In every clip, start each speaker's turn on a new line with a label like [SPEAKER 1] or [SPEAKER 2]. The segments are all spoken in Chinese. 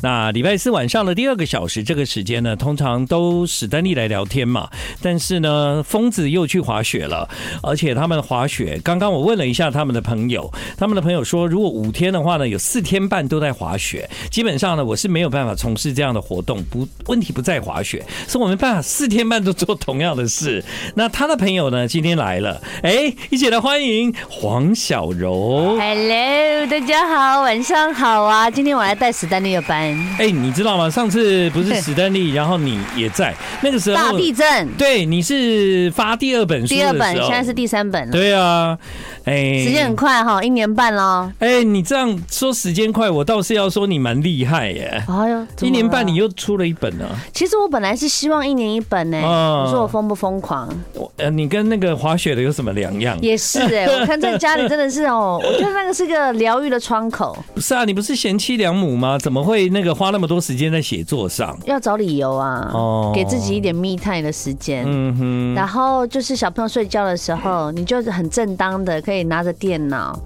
[SPEAKER 1] 那礼拜四晚上的第二个小时，这个时间呢，通常都史丹利来聊天嘛。但是呢，疯子又去滑雪了，而且他们滑雪，刚刚我问了一下他们的朋友，他们的朋友说，如果五天的话呢，有四天半都在滑雪。基本上呢，我是没有办法从事这样的活动，不，问题不在滑雪，是我没办法四天半都做同样的事。那他的朋友呢，今天来了，哎，一起来欢迎黄小柔。
[SPEAKER 2] Hello，大家好，晚上好啊！今天我来带史丹利的班，
[SPEAKER 1] 哎、你知道吗？上次不是史丹利，然后你也在那个时候，
[SPEAKER 2] 大地震
[SPEAKER 1] 对，你是发第二本书的
[SPEAKER 2] 第
[SPEAKER 1] 时
[SPEAKER 2] 二
[SPEAKER 1] 候，
[SPEAKER 2] 本，现在是第三本了，
[SPEAKER 1] 对啊，哎、
[SPEAKER 2] 时间很快哈，一年半喽。
[SPEAKER 1] 哎、你这样说时间快，我倒是要说你蛮厉害耶。
[SPEAKER 2] 哎呦，怎
[SPEAKER 1] 一
[SPEAKER 2] 么
[SPEAKER 1] 年半
[SPEAKER 2] 了
[SPEAKER 1] 你又出了一本呢、啊，
[SPEAKER 2] 其实我本来是希望一年一本呢、
[SPEAKER 1] 嗯
[SPEAKER 2] 你说我疯不疯狂？
[SPEAKER 1] 我呃，你跟那个滑雪的有什么两样？
[SPEAKER 2] 也是 哎、我看在家里真的是哦，我觉得那个是个疗愈的窗口，
[SPEAKER 1] 不是啊，你不是贤妻良母吗？怎么会那个花那么多时间在写作上？
[SPEAKER 2] 要找理由啊，
[SPEAKER 1] 哦
[SPEAKER 2] 给自己一点 me time 的时间。
[SPEAKER 1] 嗯哼，
[SPEAKER 2] 然后就是小朋友睡觉的时候，你就很正当的可以拿着电脑，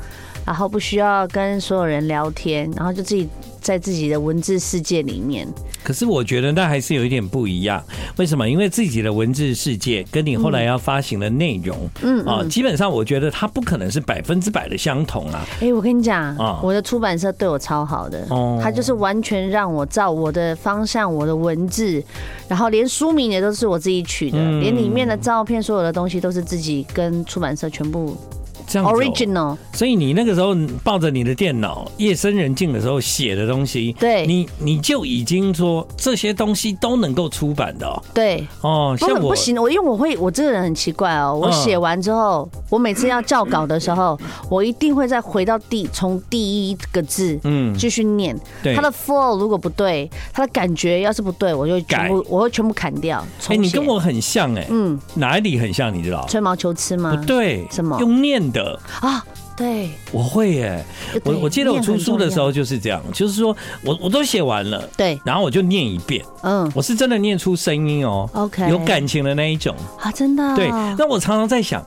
[SPEAKER 2] 然后不需要跟所有人聊天，然后就自己在自己的文字世界里面。
[SPEAKER 1] 可是我觉得那还是有一点不一样，为什么？因为自己的文字世界跟你后来要发行的内容，嗯啊，基本上我觉得它不可能是百分之百的相同啊。
[SPEAKER 2] 哎、我跟你讲，
[SPEAKER 1] 啊
[SPEAKER 2] 我的出版社对我超好的，
[SPEAKER 1] 哦
[SPEAKER 2] 他嗯就是完全让我照我的方向、我的文字，然后连书名也都是我自己取的，
[SPEAKER 1] 嗯
[SPEAKER 2] 连里面的照片、所有的东西都是自己跟出版社全部
[SPEAKER 1] 这样子哦
[SPEAKER 2] original。
[SPEAKER 1] 所以你那个时候抱着你的电脑，夜深人静的时候写的东西，
[SPEAKER 2] 对
[SPEAKER 1] 你你就已经说这些东西都能够出版的哦。
[SPEAKER 2] 对，
[SPEAKER 1] 哦
[SPEAKER 2] 不
[SPEAKER 1] 像
[SPEAKER 2] 不
[SPEAKER 1] 我
[SPEAKER 2] 行，我因为我会，我这个人很奇怪哦。我
[SPEAKER 1] 嗯
[SPEAKER 2] 写完之后，我每次要校稿的时候，我一定会再回到第从第一个字
[SPEAKER 1] 嗯，
[SPEAKER 2] 继续念。
[SPEAKER 1] 对
[SPEAKER 2] 它的 flow 如果不对，它的感觉要是不对，我就会全部我会全部砍掉。
[SPEAKER 1] 哎、
[SPEAKER 2] 重
[SPEAKER 1] 你
[SPEAKER 2] 写
[SPEAKER 1] 跟我很像哎、
[SPEAKER 2] 嗯，
[SPEAKER 1] 哪里很像？你知道？
[SPEAKER 2] 吹毛求疵
[SPEAKER 1] 不
[SPEAKER 2] 吗？
[SPEAKER 1] 对，
[SPEAKER 2] 什么
[SPEAKER 1] 用念的？
[SPEAKER 2] 啊，对，
[SPEAKER 1] 我会耶、我
[SPEAKER 2] 对
[SPEAKER 1] 我记得我出书的时，
[SPEAKER 2] 念
[SPEAKER 1] 候
[SPEAKER 2] 很
[SPEAKER 1] 就是这样，就是说我我都写完了，
[SPEAKER 2] 重要对，
[SPEAKER 1] 然后我就念一遍，
[SPEAKER 2] 嗯
[SPEAKER 1] 我是真的念出声音哦
[SPEAKER 2] ，OK，
[SPEAKER 1] 有感情的那一种。
[SPEAKER 2] 啊，真的啊，
[SPEAKER 1] 对，那我常常在想，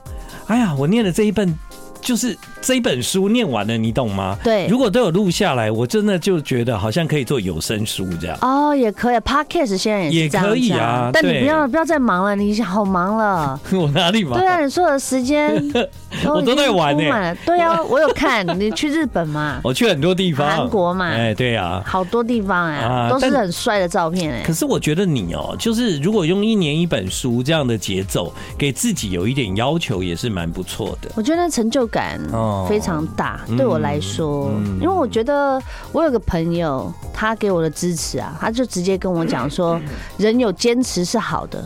[SPEAKER 1] 哎呀，我念的这一本就是这一本书念完了，你懂吗？
[SPEAKER 2] 对
[SPEAKER 1] 如果都有录下来，我真的就觉得好像可以做有声书这样。
[SPEAKER 2] 哦，也可以，Podcast 现在也
[SPEAKER 1] 也
[SPEAKER 2] 是这样
[SPEAKER 1] 可以
[SPEAKER 2] 子
[SPEAKER 1] 啊
[SPEAKER 2] 但你
[SPEAKER 1] 对
[SPEAKER 2] 不要不要再忙了，你好忙了。
[SPEAKER 1] 我哪里忙？
[SPEAKER 2] 对啊，你所有的时 间
[SPEAKER 1] 我都在玩
[SPEAKER 2] 呢、
[SPEAKER 1] 欸
[SPEAKER 2] 对啊，我有看你去日本 嘛，
[SPEAKER 1] 我去很多地方，
[SPEAKER 2] 韩国嘛
[SPEAKER 1] 哎，对啊。
[SPEAKER 2] 好多地方哎、
[SPEAKER 1] 啊
[SPEAKER 2] 都是
[SPEAKER 1] 但
[SPEAKER 2] 很帅的照片哎、
[SPEAKER 1] 可是我觉得你哦、就是如果用一年一本书这样的节奏，给自己有一点要求，也是蛮不错的。
[SPEAKER 2] 我觉得那成就感
[SPEAKER 1] 哦嗯
[SPEAKER 2] 非常大，对我来说，因为我觉得我有个朋友，他给我的支持啊，他就直接跟我讲说，
[SPEAKER 1] 嗯
[SPEAKER 2] 人有坚持是好的，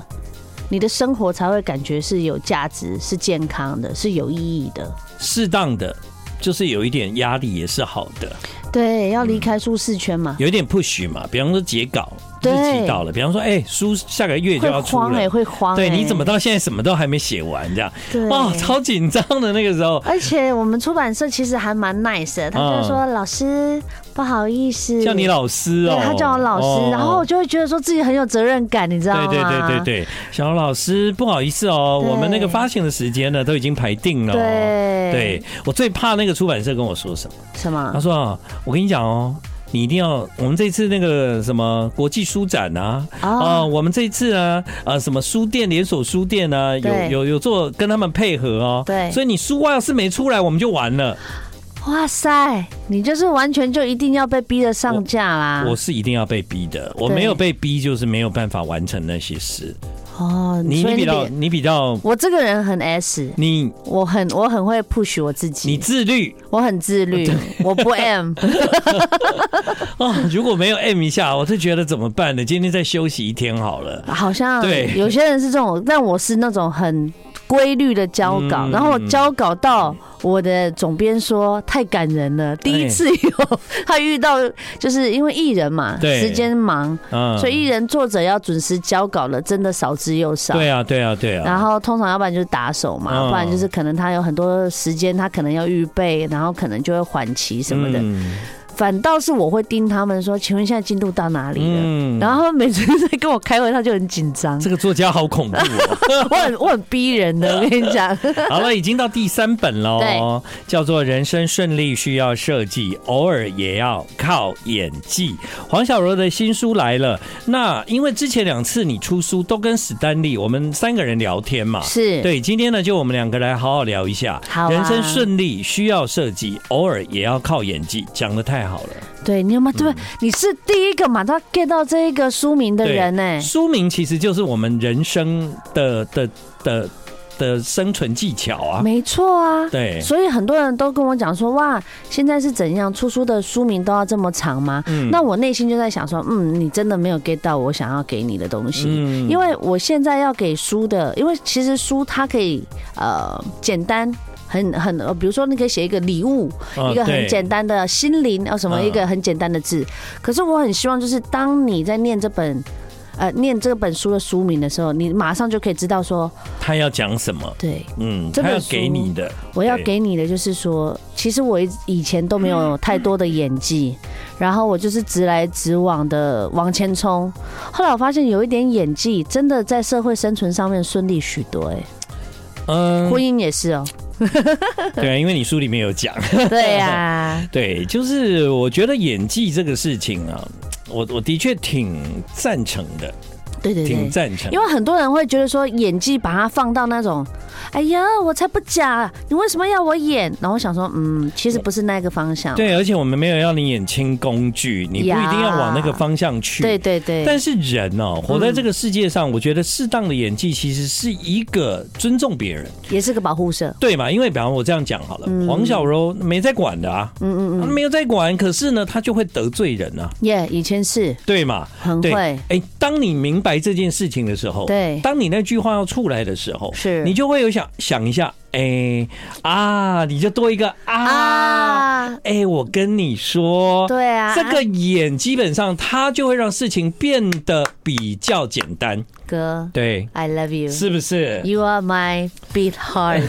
[SPEAKER 2] 你的生活才会感觉是有价值、是健康的、是有意义的。
[SPEAKER 1] 适当的，就是有一点压力也是好的，
[SPEAKER 2] 对，要离开舒适圈嘛，
[SPEAKER 1] 有一点 push 嘛。比方说截稿，日
[SPEAKER 2] 对
[SPEAKER 1] 期到了，比方说，哎、书下个月就
[SPEAKER 2] 会
[SPEAKER 1] 要出
[SPEAKER 2] 慌
[SPEAKER 1] 了
[SPEAKER 2] 哎、，会慌、哎
[SPEAKER 1] 对，你怎么到现在什么都还没写完这样？
[SPEAKER 2] 对
[SPEAKER 1] 哇，超紧张的那个时候，
[SPEAKER 2] 而且我们出版社其实还蛮 nice 的，他就说、老师不好意思，
[SPEAKER 1] 嗯叫你老师哦，
[SPEAKER 2] 对他叫我老师，
[SPEAKER 1] 哦
[SPEAKER 2] 然后我就会觉得说自己很有责任感，你知道
[SPEAKER 1] 对对
[SPEAKER 2] 吗？
[SPEAKER 1] 对对对，小柔老师，不好意思哦，
[SPEAKER 2] 对
[SPEAKER 1] 我们那个发行的时间呢都已经排定了哦。
[SPEAKER 2] 对嗯
[SPEAKER 1] 对我最怕那个出版社跟我说什么，
[SPEAKER 2] 什
[SPEAKER 1] 他
[SPEAKER 2] 么？
[SPEAKER 1] 说啊，我跟你讲哦。你一定要，我们这次那个什么国际书展啊，啊、
[SPEAKER 2] 哦
[SPEAKER 1] 我们这次啊，呃，什么书店连锁书店啊，有
[SPEAKER 2] 对
[SPEAKER 1] 有有做跟他们配合哦，
[SPEAKER 2] 对
[SPEAKER 1] 所以你书要是没出来，我们就完了。
[SPEAKER 2] 哇塞，你就是完全就一定要被逼着上架啦！
[SPEAKER 1] 我是一定要被逼的，我
[SPEAKER 2] 啊对
[SPEAKER 1] 没有被逼就是没有办法完成那些事。
[SPEAKER 2] 哦，
[SPEAKER 1] 你
[SPEAKER 2] 所以
[SPEAKER 1] 你比较
[SPEAKER 2] 得
[SPEAKER 1] 你比较
[SPEAKER 2] 我这个人很 S，
[SPEAKER 1] 你
[SPEAKER 2] 我很我很会 push 我自
[SPEAKER 1] 你
[SPEAKER 2] 己，
[SPEAKER 1] 自律
[SPEAKER 2] 我很自律，我不 M。
[SPEAKER 1] 啊、如果没有 M 一下，我就觉得怎么办呢？今天再休息一天好了。
[SPEAKER 2] 好像
[SPEAKER 1] 对
[SPEAKER 2] 有些人是这种，但我是那种很规律的交稿，
[SPEAKER 1] 嗯
[SPEAKER 2] 然后我交稿到我的总编说太感人了，第一
[SPEAKER 1] 哎
[SPEAKER 2] 次有 他遇到就是因为艺人嘛，
[SPEAKER 1] 对
[SPEAKER 2] 时间忙，
[SPEAKER 1] 嗯，
[SPEAKER 2] 所以艺人作者要准时交稿了，真的少之又少。
[SPEAKER 1] 对啊，对啊，对啊。
[SPEAKER 2] 然后通常要不然就是打手
[SPEAKER 1] 嗯
[SPEAKER 2] 嘛，不然就是可能他有很多时间，他可能要预备，然后可能就会缓期什么的。
[SPEAKER 1] 嗯，
[SPEAKER 2] 反倒是我会盯他们说，请问现在进度到哪里了？
[SPEAKER 1] 嗯，
[SPEAKER 2] 然后他们每次在跟我开会，他就很紧张
[SPEAKER 1] 这，个作家好恐怖 哦。
[SPEAKER 2] 我很我很逼人的，我跟你 讲，
[SPEAKER 1] 好了，已经到第三本喽，叫做《人生顺利需要设计，偶尔也要靠演技》。黄小柔的新书来了，那因为之前两次你出书都跟史丹利，我们三个人聊天嘛。
[SPEAKER 2] 是
[SPEAKER 1] 对，今天呢，就我们两个来好好聊一下。
[SPEAKER 2] 好啊
[SPEAKER 1] 人生顺利需要设计，偶尔也要靠演技，讲的太好了。
[SPEAKER 2] 对，你有没有？
[SPEAKER 1] 嗯
[SPEAKER 2] 对，你是第一个马上 get 到这一个书名的
[SPEAKER 1] 对
[SPEAKER 2] 人呢、
[SPEAKER 1] 书名其实就是我们人生的的的的生存技巧啊。
[SPEAKER 2] 没错啊。
[SPEAKER 1] 对，
[SPEAKER 2] 所以很多人都跟我讲说，哇，现在是怎样出书的书名都要这么长吗？
[SPEAKER 1] 嗯
[SPEAKER 2] 那我内心就在想说，嗯，你真的没有 get 到我想要给你的东西，
[SPEAKER 1] 嗯
[SPEAKER 2] 因为我现在要给书的，因为其实书它可以呃简单。很很呃，比如说你可以写一个礼物，
[SPEAKER 1] 啊
[SPEAKER 2] 一个很
[SPEAKER 1] 对
[SPEAKER 2] 简单的心灵，呃，什么
[SPEAKER 1] 嗯
[SPEAKER 2] 一个很简单的字。可是我很希望，就是当你在念这本，呃，念这本书的书名的时候，你马上就可以知道说，
[SPEAKER 1] 他要讲什么？
[SPEAKER 2] 对
[SPEAKER 1] 嗯，
[SPEAKER 2] 这
[SPEAKER 1] 他
[SPEAKER 2] 本
[SPEAKER 1] 要
[SPEAKER 2] 书
[SPEAKER 1] 给你的，
[SPEAKER 2] 我要
[SPEAKER 1] 对
[SPEAKER 2] 给你的就是说，其实我一以前都没有太多的 演技，然后我就是直来直往的往前冲。后来我发现有一点演技，真的在社会生存上面顺利许多、哎，
[SPEAKER 1] 嗯，
[SPEAKER 2] 婚姻也是 哦、
[SPEAKER 1] 对啊，因为你书里面有讲，
[SPEAKER 2] 对啊呀、
[SPEAKER 1] 对，就是我觉得演技这个事情啊，我我的确挺赞成的，
[SPEAKER 2] 对对
[SPEAKER 1] 挺
[SPEAKER 2] 对。
[SPEAKER 1] 赞成
[SPEAKER 2] 因。为很多人会觉得说演技把它放到那种，哎呀，我才不假，你为什么要我演？然后我想说，嗯，其实不是那个方向。
[SPEAKER 1] 对，而且我们没有要你演轻工具，你不一定
[SPEAKER 2] 呀
[SPEAKER 1] 要往那个方向去。
[SPEAKER 2] 对嗯对对，
[SPEAKER 1] 但是人哦，活在这个世界上，我觉得适当的演技其实是一个尊重别人，
[SPEAKER 2] 也是个保护色。
[SPEAKER 1] 对嘛？因为比方我这样讲好了，
[SPEAKER 2] 嗯
[SPEAKER 1] 黄小柔没在管的啊，嗯嗯嗯，没有在管，可是呢，她就会得罪人啊，
[SPEAKER 2] 耶、以前是
[SPEAKER 1] 对嘛？
[SPEAKER 2] 很
[SPEAKER 1] 对，
[SPEAKER 2] 嗯会
[SPEAKER 1] 哎，、当你明白这件事情的时候，
[SPEAKER 2] 对
[SPEAKER 1] 当你那句话要出来的时候，
[SPEAKER 2] 是
[SPEAKER 1] 你就会有想想一下，哎、啊，你就多一个啊，哎、
[SPEAKER 2] 啊，
[SPEAKER 1] 我跟你说，
[SPEAKER 2] 对啊，
[SPEAKER 1] 这个演基本上它就会让事情变得比较简单，
[SPEAKER 2] 哥
[SPEAKER 1] 对，
[SPEAKER 2] ，I love you。
[SPEAKER 1] 是不是
[SPEAKER 2] You are my beat heart,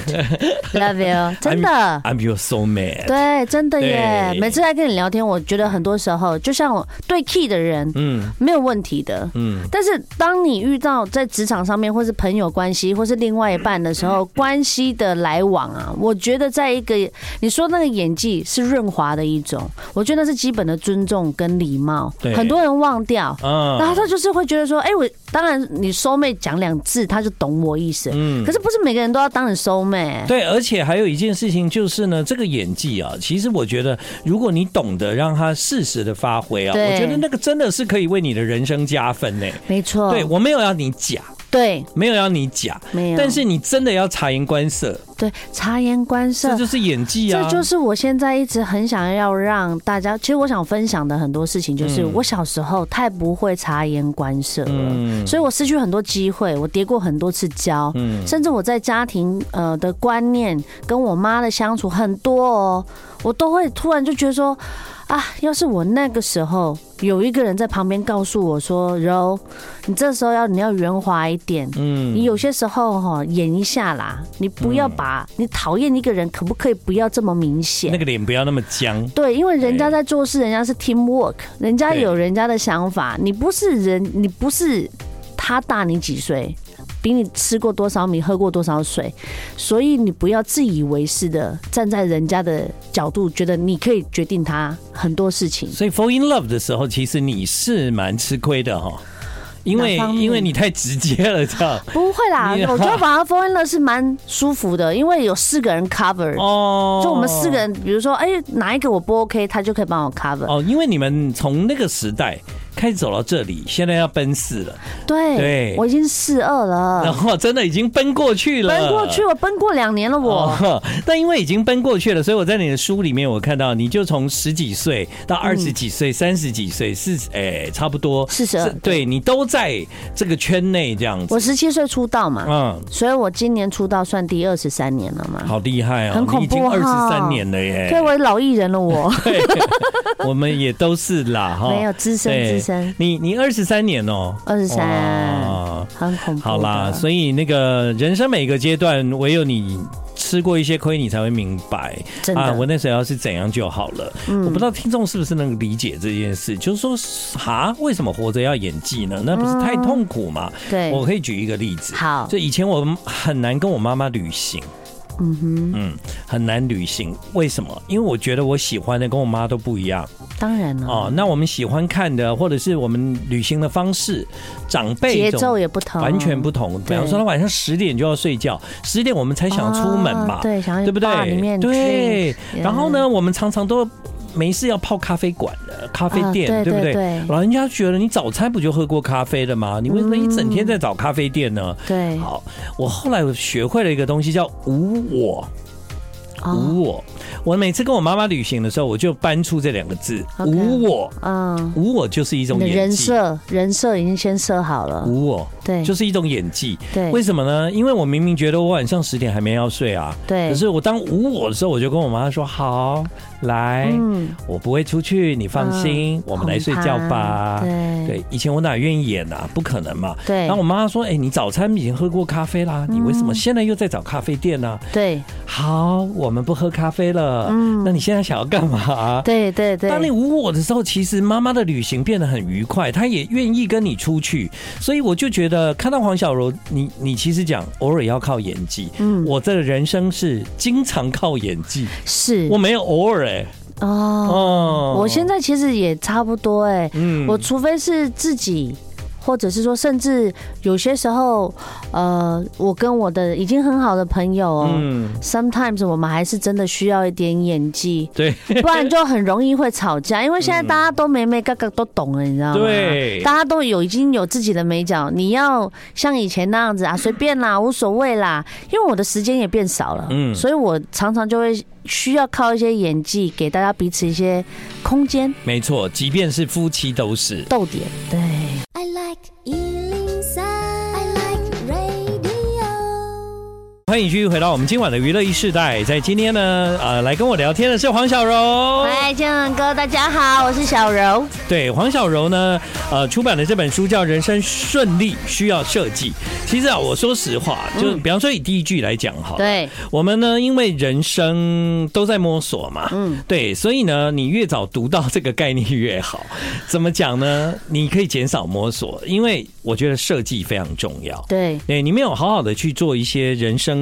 [SPEAKER 2] love you，真的，
[SPEAKER 1] ？I'm your soulmate。
[SPEAKER 2] 对，真的耶。
[SPEAKER 1] 对
[SPEAKER 2] 每次在跟你聊天，我觉得很多时候，就像我对 key 的人
[SPEAKER 1] 嗯
[SPEAKER 2] 没有问题的，
[SPEAKER 1] 嗯，
[SPEAKER 2] 但是当你遇到在职场上面，或是朋友关系，或是另外一半的时候，关系的来往啊，我觉得在一个你说那个演技是润滑的一种，我觉得那是基本的尊重跟礼貌
[SPEAKER 1] 对，
[SPEAKER 2] 很多人忘掉。然后
[SPEAKER 1] 啊，
[SPEAKER 2] 他就是会觉得说，哎、我当然你收妹讲两次，他就懂我意思。
[SPEAKER 1] 嗯
[SPEAKER 2] 可是不是每个人都要当你收妹，
[SPEAKER 1] 对，而且还有一件事情就是呢，这个演技啊，其实我觉得，如果你懂得让它适时的发挥啊，
[SPEAKER 2] 对
[SPEAKER 1] 我觉得那个真的是可以为你的人生加分呢、
[SPEAKER 2] 没错，
[SPEAKER 1] 对我没有要你假，
[SPEAKER 2] 对
[SPEAKER 1] 没有要你假，
[SPEAKER 2] 没有。
[SPEAKER 1] 但是你真的要察言观色，
[SPEAKER 2] 对察言观色
[SPEAKER 1] 这，就是演技啊。
[SPEAKER 2] 这就是我现在一直很想要让大家，其实我想分享的很多事情，就是
[SPEAKER 1] 嗯
[SPEAKER 2] 我小时候太不会察言观色了，
[SPEAKER 1] 嗯
[SPEAKER 2] 所以我失去很多机会，我跌过很多次跤，
[SPEAKER 1] 嗯
[SPEAKER 2] 甚至我在家庭呃的观念跟我妈的相处很多哦，我都会突然就觉得说。啊！要是我那个时候有一个人在旁边告诉我说：“柔，你这时候要你要圆滑一点，你
[SPEAKER 1] 嗯，
[SPEAKER 2] 有些时候哈、演一下啦，你不要把、你讨厌一个人，可不可以不要这么明显？
[SPEAKER 1] 那个脸不要那么僵。
[SPEAKER 2] 对，因为人家在做事，人家是 team work，人家有人家的想法，你不是人，你不是他大你几岁，比你吃过多少米，喝过多少水，所以你不要自以为是的站在人家的角度，觉得你可以决定他很多事情。
[SPEAKER 1] 所以 fall in love 的时候，其实你是蛮吃亏的哈，因为
[SPEAKER 2] 哪方面
[SPEAKER 1] 因为你太直接了，这样
[SPEAKER 2] 不会啦，
[SPEAKER 1] 你
[SPEAKER 2] 我觉得反而 fall in love 是蛮舒服的，因为有四个人 cover。
[SPEAKER 1] 哦。
[SPEAKER 2] 就我们四个人，比如说，哎、哪一个我不 OK，他就可以帮我 cover。
[SPEAKER 1] 哦，因为你们从那个时代开始走到这里，现在要奔四了，
[SPEAKER 2] 对，
[SPEAKER 1] 对
[SPEAKER 2] 我已经四二
[SPEAKER 1] 然
[SPEAKER 2] 了，
[SPEAKER 1] 后真的已经奔过去了，
[SPEAKER 2] 啊奔过去，。我奔过两年了我，
[SPEAKER 1] 哦，但因为已经奔过去了，所以我在你的书里面，我看到你就从十几岁
[SPEAKER 2] 嗯
[SPEAKER 1] 到二十几岁、三十几岁、四十，哎，差不多
[SPEAKER 2] 42
[SPEAKER 1] 是对你都在这个圈内这样子。
[SPEAKER 2] 我十七岁出道嘛，
[SPEAKER 1] 嗯，
[SPEAKER 2] 所以我今年出道算第二十三年了嘛。
[SPEAKER 1] 好厉害哦，哎
[SPEAKER 2] 很恐怖
[SPEAKER 1] 你已经二十
[SPEAKER 2] 哈
[SPEAKER 1] 三年了耶。
[SPEAKER 2] 对，我老艺人了我，
[SPEAKER 1] 对，我们也都是啦，哈。
[SPEAKER 2] 没有资深
[SPEAKER 1] 对
[SPEAKER 2] 资深，
[SPEAKER 1] 你你二十三年哦、
[SPEAKER 2] 23
[SPEAKER 1] 哇哦
[SPEAKER 2] 很恐怖的。
[SPEAKER 1] 好啦，所以那个人生每个阶段，唯有你。吃过一些亏，你才会明白
[SPEAKER 2] 真的嗯
[SPEAKER 1] 啊，我那时候要是怎样就好了。我不知道听众是不是能理解这件事，就是说，哈，为什么活着要演技呢？那不是太痛苦吗？
[SPEAKER 2] 对，
[SPEAKER 1] 我可以举一个例子，
[SPEAKER 2] 嗯哎好
[SPEAKER 1] 就以前我很难跟我妈妈旅行，
[SPEAKER 2] 嗯哼，
[SPEAKER 1] 嗯，很难旅行，为什么？因为我觉得我喜欢的跟我妈都不一样
[SPEAKER 2] 当然了，
[SPEAKER 1] 哦。那我们喜欢看的，或者是我们旅行的方式，长辈
[SPEAKER 2] 节
[SPEAKER 1] 总
[SPEAKER 2] 奏也不同，
[SPEAKER 1] 完全不同。比
[SPEAKER 2] 对
[SPEAKER 1] 方说，他晚上十点就要睡觉，十点我们才想出门嘛，
[SPEAKER 2] 哦对，想要
[SPEAKER 1] 对不
[SPEAKER 2] 去 bar 里
[SPEAKER 1] 对？
[SPEAKER 2] 面
[SPEAKER 1] 对。
[SPEAKER 2] drink，嗯
[SPEAKER 1] 然后呢，我们常常都没事要泡咖啡馆了、咖啡店，
[SPEAKER 2] 啊对
[SPEAKER 1] 对不对？
[SPEAKER 2] 对对
[SPEAKER 1] 老人家觉得你早餐不就喝过咖啡了吗？你为什么一整天在找咖啡店呢？
[SPEAKER 2] 对，
[SPEAKER 1] 好，我后来学会了一个东西叫无我，
[SPEAKER 2] 哦，
[SPEAKER 1] 无我。我每次跟我妈妈旅行的时候，我就搬出这两个字
[SPEAKER 2] OK
[SPEAKER 1] 无我。
[SPEAKER 2] 嗯，
[SPEAKER 1] 无我就是一
[SPEAKER 2] 你
[SPEAKER 1] 种
[SPEAKER 2] 的
[SPEAKER 1] 演
[SPEAKER 2] 人
[SPEAKER 1] 技，
[SPEAKER 2] 设人设已经先设好了，
[SPEAKER 1] 无我
[SPEAKER 2] 对，
[SPEAKER 1] 就是是一种演技。
[SPEAKER 2] 对，
[SPEAKER 1] 为什么呢？因为我明明觉得我晚上十点还没要睡啊，
[SPEAKER 2] 对，
[SPEAKER 1] 可是我当无我的时候，我就跟我妈说：“好，来，
[SPEAKER 2] 嗯，
[SPEAKER 1] 我不会出去，你放心，哎我们来睡觉吧
[SPEAKER 2] 哄。他”对
[SPEAKER 1] 对，以前我哪愿意演啊？不可能嘛。
[SPEAKER 2] 对，
[SPEAKER 1] 然后我妈说：“哎、你早餐已经喝过咖啡啦，你为什么
[SPEAKER 2] 嗯
[SPEAKER 1] 现在又在找咖啡店呢、
[SPEAKER 2] 对
[SPEAKER 1] 好，我们不喝咖啡了。
[SPEAKER 2] 嗯
[SPEAKER 1] 那你现在想要干嘛？
[SPEAKER 2] 对对对，
[SPEAKER 1] 当你无我的时候，其实妈妈的旅行变得很愉快，她也愿意跟你出去，所以我就觉得看到黄小柔，你你其实讲偶尔要靠演技，
[SPEAKER 2] 嗯
[SPEAKER 1] 我这人生是经常靠演技，
[SPEAKER 2] 是
[SPEAKER 1] 我没有偶尔哎、
[SPEAKER 2] 哦，
[SPEAKER 1] 哦，
[SPEAKER 2] 我现在其实也差不多哎、
[SPEAKER 1] 嗯
[SPEAKER 2] 我除非是自己。或者是说，甚至有些时候，呃，我跟我的已经很好的朋友哦、
[SPEAKER 1] 嗯
[SPEAKER 2] s o m e t i m e s 我们还是真的需要一点演技，
[SPEAKER 1] 对
[SPEAKER 2] 不然就很容易会吵架。因为现在大家都眉眉角角都懂了，你知道吗？
[SPEAKER 1] 对
[SPEAKER 2] 大家都有已经有自己的美角，你要像以前那样子啊，随便啦，无所谓啦。因为我的时间也变少了，
[SPEAKER 1] 嗯
[SPEAKER 2] 所以我常常就会需要靠一些演技给大家彼此一些空间
[SPEAKER 1] 没错，即便是夫妻都是。
[SPEAKER 2] 逗点。对，
[SPEAKER 3] I like Ealing Sound. I like radio.
[SPEAKER 1] 欢迎继续回到我们今晚的娱乐一世代，在今天呢，呃，来跟我聊天的是黄小柔。
[SPEAKER 2] 嗨，建恒哥，大家好，我是小柔。
[SPEAKER 1] 对，黄小柔呢，呃，出版的这本书叫《人生顺利需要设计》。其实啊，我说实话，就是比方说以第一句来讲好了，
[SPEAKER 2] 对，
[SPEAKER 1] 我们呢，因为人生都在摸索嘛，
[SPEAKER 2] 嗯，
[SPEAKER 1] 对，所以呢，你越早读到这个概念越好。怎么讲呢？你可以减少摸索，因为我觉得设计非常重要。
[SPEAKER 2] 对，
[SPEAKER 1] 对，哎你没有好好的去做一些人生。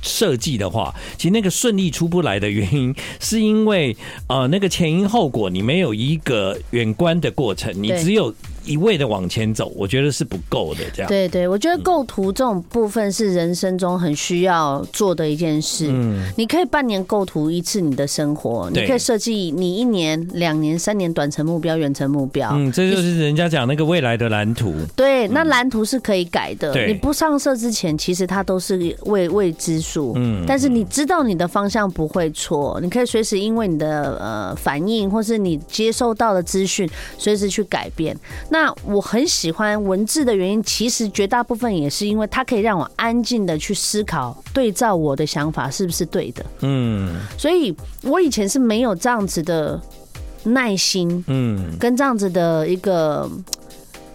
[SPEAKER 1] 设计的话，其实那个顺利出不来的原因，是因为呃那个前因后果你没有一个远观的过程，你
[SPEAKER 2] 对
[SPEAKER 1] 只有一味的往前走，我觉得是不够的。这样，
[SPEAKER 2] 对对，我觉得构图这种部分是人生中很需要做的一件事。
[SPEAKER 1] 嗯，
[SPEAKER 2] 你可以半年构图一次你的生活，
[SPEAKER 1] 对
[SPEAKER 2] 你可以设计你一年、两年、三年短程目标、远程目标。
[SPEAKER 1] 嗯，这就是人家讲那个未来的蓝图。
[SPEAKER 2] 对，那蓝图是可以改的。
[SPEAKER 1] 嗯对
[SPEAKER 2] 你不上色之前，其实它都是未未知数。
[SPEAKER 1] 嗯
[SPEAKER 2] 但是你知道你的方向不会错，你可以随时因为你的呃反应或是你接受到的资讯，随时去改变。那我很喜欢文字的原因，其实绝大部分也是因为它可以让我安静的去思考，对照我的想法是不是对的。
[SPEAKER 1] 嗯
[SPEAKER 2] 所以我以前是没有这样子的耐心，
[SPEAKER 1] 嗯，
[SPEAKER 2] 跟这样子的一个嗯